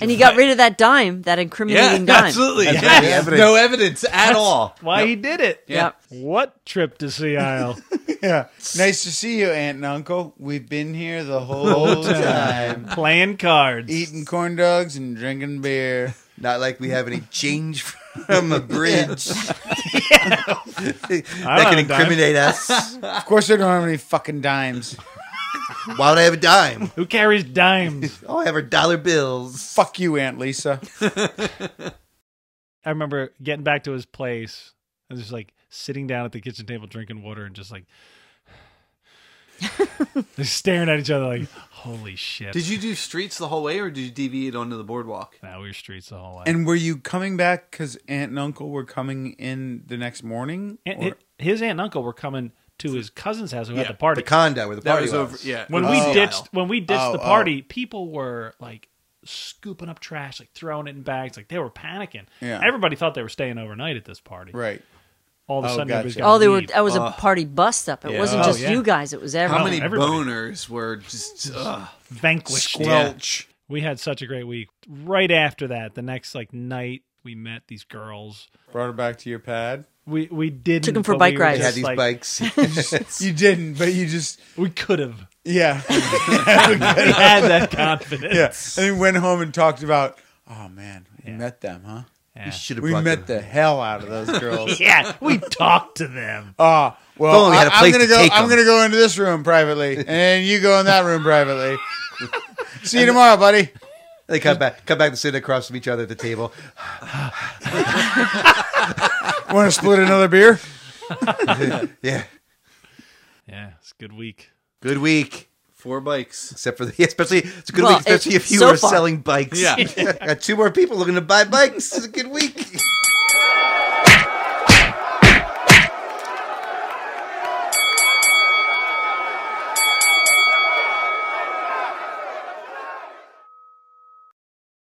[SPEAKER 5] and he got rid of that dime, that incriminating dime.
[SPEAKER 4] absolutely.
[SPEAKER 2] That's
[SPEAKER 4] Yeah.
[SPEAKER 2] not the evidence.
[SPEAKER 4] No evidence at all.
[SPEAKER 1] Why he did it?
[SPEAKER 4] Yeah.
[SPEAKER 1] What trip to Sea Isle?
[SPEAKER 3] Yeah. Nice to see you, Aunt and Uncle. We've been here the whole time.
[SPEAKER 1] Playing cards.
[SPEAKER 3] Eating corn dogs and drinking beer.
[SPEAKER 2] Not like we have any change from a bridge that
[SPEAKER 1] have
[SPEAKER 2] can
[SPEAKER 1] a dime.
[SPEAKER 2] incriminate us.
[SPEAKER 3] Of course, I don't have any fucking dimes.
[SPEAKER 2] Why would I have a dime?
[SPEAKER 1] Who carries dimes?
[SPEAKER 2] All I have are dollar bills.
[SPEAKER 3] Fuck you, Aunt Lisa.
[SPEAKER 1] I remember getting back to his place and just like sitting down at the kitchen table drinking water and just like they're staring at each other like, "Holy shit!"
[SPEAKER 4] Did you do streets the whole way, or did you deviate onto the boardwalk?
[SPEAKER 1] now we're streets the whole way.
[SPEAKER 3] And were you coming back because Aunt and Uncle were coming in the next morning?
[SPEAKER 1] And
[SPEAKER 3] Or-
[SPEAKER 1] hi- his aunt and uncle were coming to his cousin's house who had
[SPEAKER 4] Yeah,
[SPEAKER 1] the party.
[SPEAKER 2] The condo where the
[SPEAKER 4] That
[SPEAKER 2] party
[SPEAKER 4] was
[SPEAKER 2] was.
[SPEAKER 4] over. Yeah.
[SPEAKER 1] when
[SPEAKER 4] it was
[SPEAKER 1] we
[SPEAKER 4] Sea
[SPEAKER 1] ditched
[SPEAKER 4] Isle.
[SPEAKER 1] when we ditched
[SPEAKER 3] Oh,
[SPEAKER 1] the
[SPEAKER 3] oh.
[SPEAKER 1] party, people were like scooping up trash, like throwing it in bags, like they were panicking.
[SPEAKER 3] Yeah.
[SPEAKER 1] Everybody thought they were staying overnight at this party.
[SPEAKER 3] right.
[SPEAKER 1] All of a
[SPEAKER 3] Oh,
[SPEAKER 1] sudden, everybody's
[SPEAKER 3] gotcha.
[SPEAKER 1] got
[SPEAKER 5] Oh, they were.
[SPEAKER 1] leave.
[SPEAKER 5] That was a party bust up. It
[SPEAKER 4] Yeah.
[SPEAKER 5] wasn't
[SPEAKER 1] Oh,
[SPEAKER 5] just
[SPEAKER 1] yeah.
[SPEAKER 5] you guys. It was
[SPEAKER 4] How
[SPEAKER 5] everyone.
[SPEAKER 4] many
[SPEAKER 1] everybody.
[SPEAKER 4] boners were just uh,
[SPEAKER 1] vanquished.
[SPEAKER 4] squelch?
[SPEAKER 1] We had such a great week. Right after that, the next like night, we met these girls.
[SPEAKER 3] Brought her back to your pad.
[SPEAKER 1] We we didn't
[SPEAKER 5] Took 'em for
[SPEAKER 1] but
[SPEAKER 5] bike
[SPEAKER 1] we were
[SPEAKER 5] rides.
[SPEAKER 2] We
[SPEAKER 1] just
[SPEAKER 2] had these
[SPEAKER 1] like,
[SPEAKER 2] bikes.
[SPEAKER 3] You didn't, but you just,
[SPEAKER 1] We could have.
[SPEAKER 3] yeah.
[SPEAKER 1] We had that confidence.
[SPEAKER 3] yeah. And he went home and talked about, oh man, we met them, huh?
[SPEAKER 1] Yeah.
[SPEAKER 2] Should have
[SPEAKER 3] We
[SPEAKER 2] brought
[SPEAKER 3] met
[SPEAKER 2] them.
[SPEAKER 3] the hell out of those girls.
[SPEAKER 1] Yeah, we talked to them.
[SPEAKER 3] Ah,
[SPEAKER 2] If
[SPEAKER 3] well,
[SPEAKER 2] only we had a
[SPEAKER 3] I, am
[SPEAKER 2] place
[SPEAKER 3] gonna
[SPEAKER 2] to
[SPEAKER 3] go.
[SPEAKER 2] take
[SPEAKER 3] I'm
[SPEAKER 2] 'em.
[SPEAKER 3] gonna go into this room privately, and you go in that room privately. See you tomorrow, buddy.
[SPEAKER 2] They come back, come back to sit across from each other at the table.
[SPEAKER 3] Want to split another beer?
[SPEAKER 2] Yeah,
[SPEAKER 1] Yeah, it's a good week.
[SPEAKER 2] good week.
[SPEAKER 4] Four bikes.
[SPEAKER 2] Except for the, especially it's a good
[SPEAKER 5] Well,
[SPEAKER 2] week, especially
[SPEAKER 5] it's-
[SPEAKER 2] if you
[SPEAKER 5] so
[SPEAKER 2] were
[SPEAKER 5] far.
[SPEAKER 2] selling bikes.
[SPEAKER 4] Yeah.
[SPEAKER 2] got two more people looking to buy bikes. It's a good week.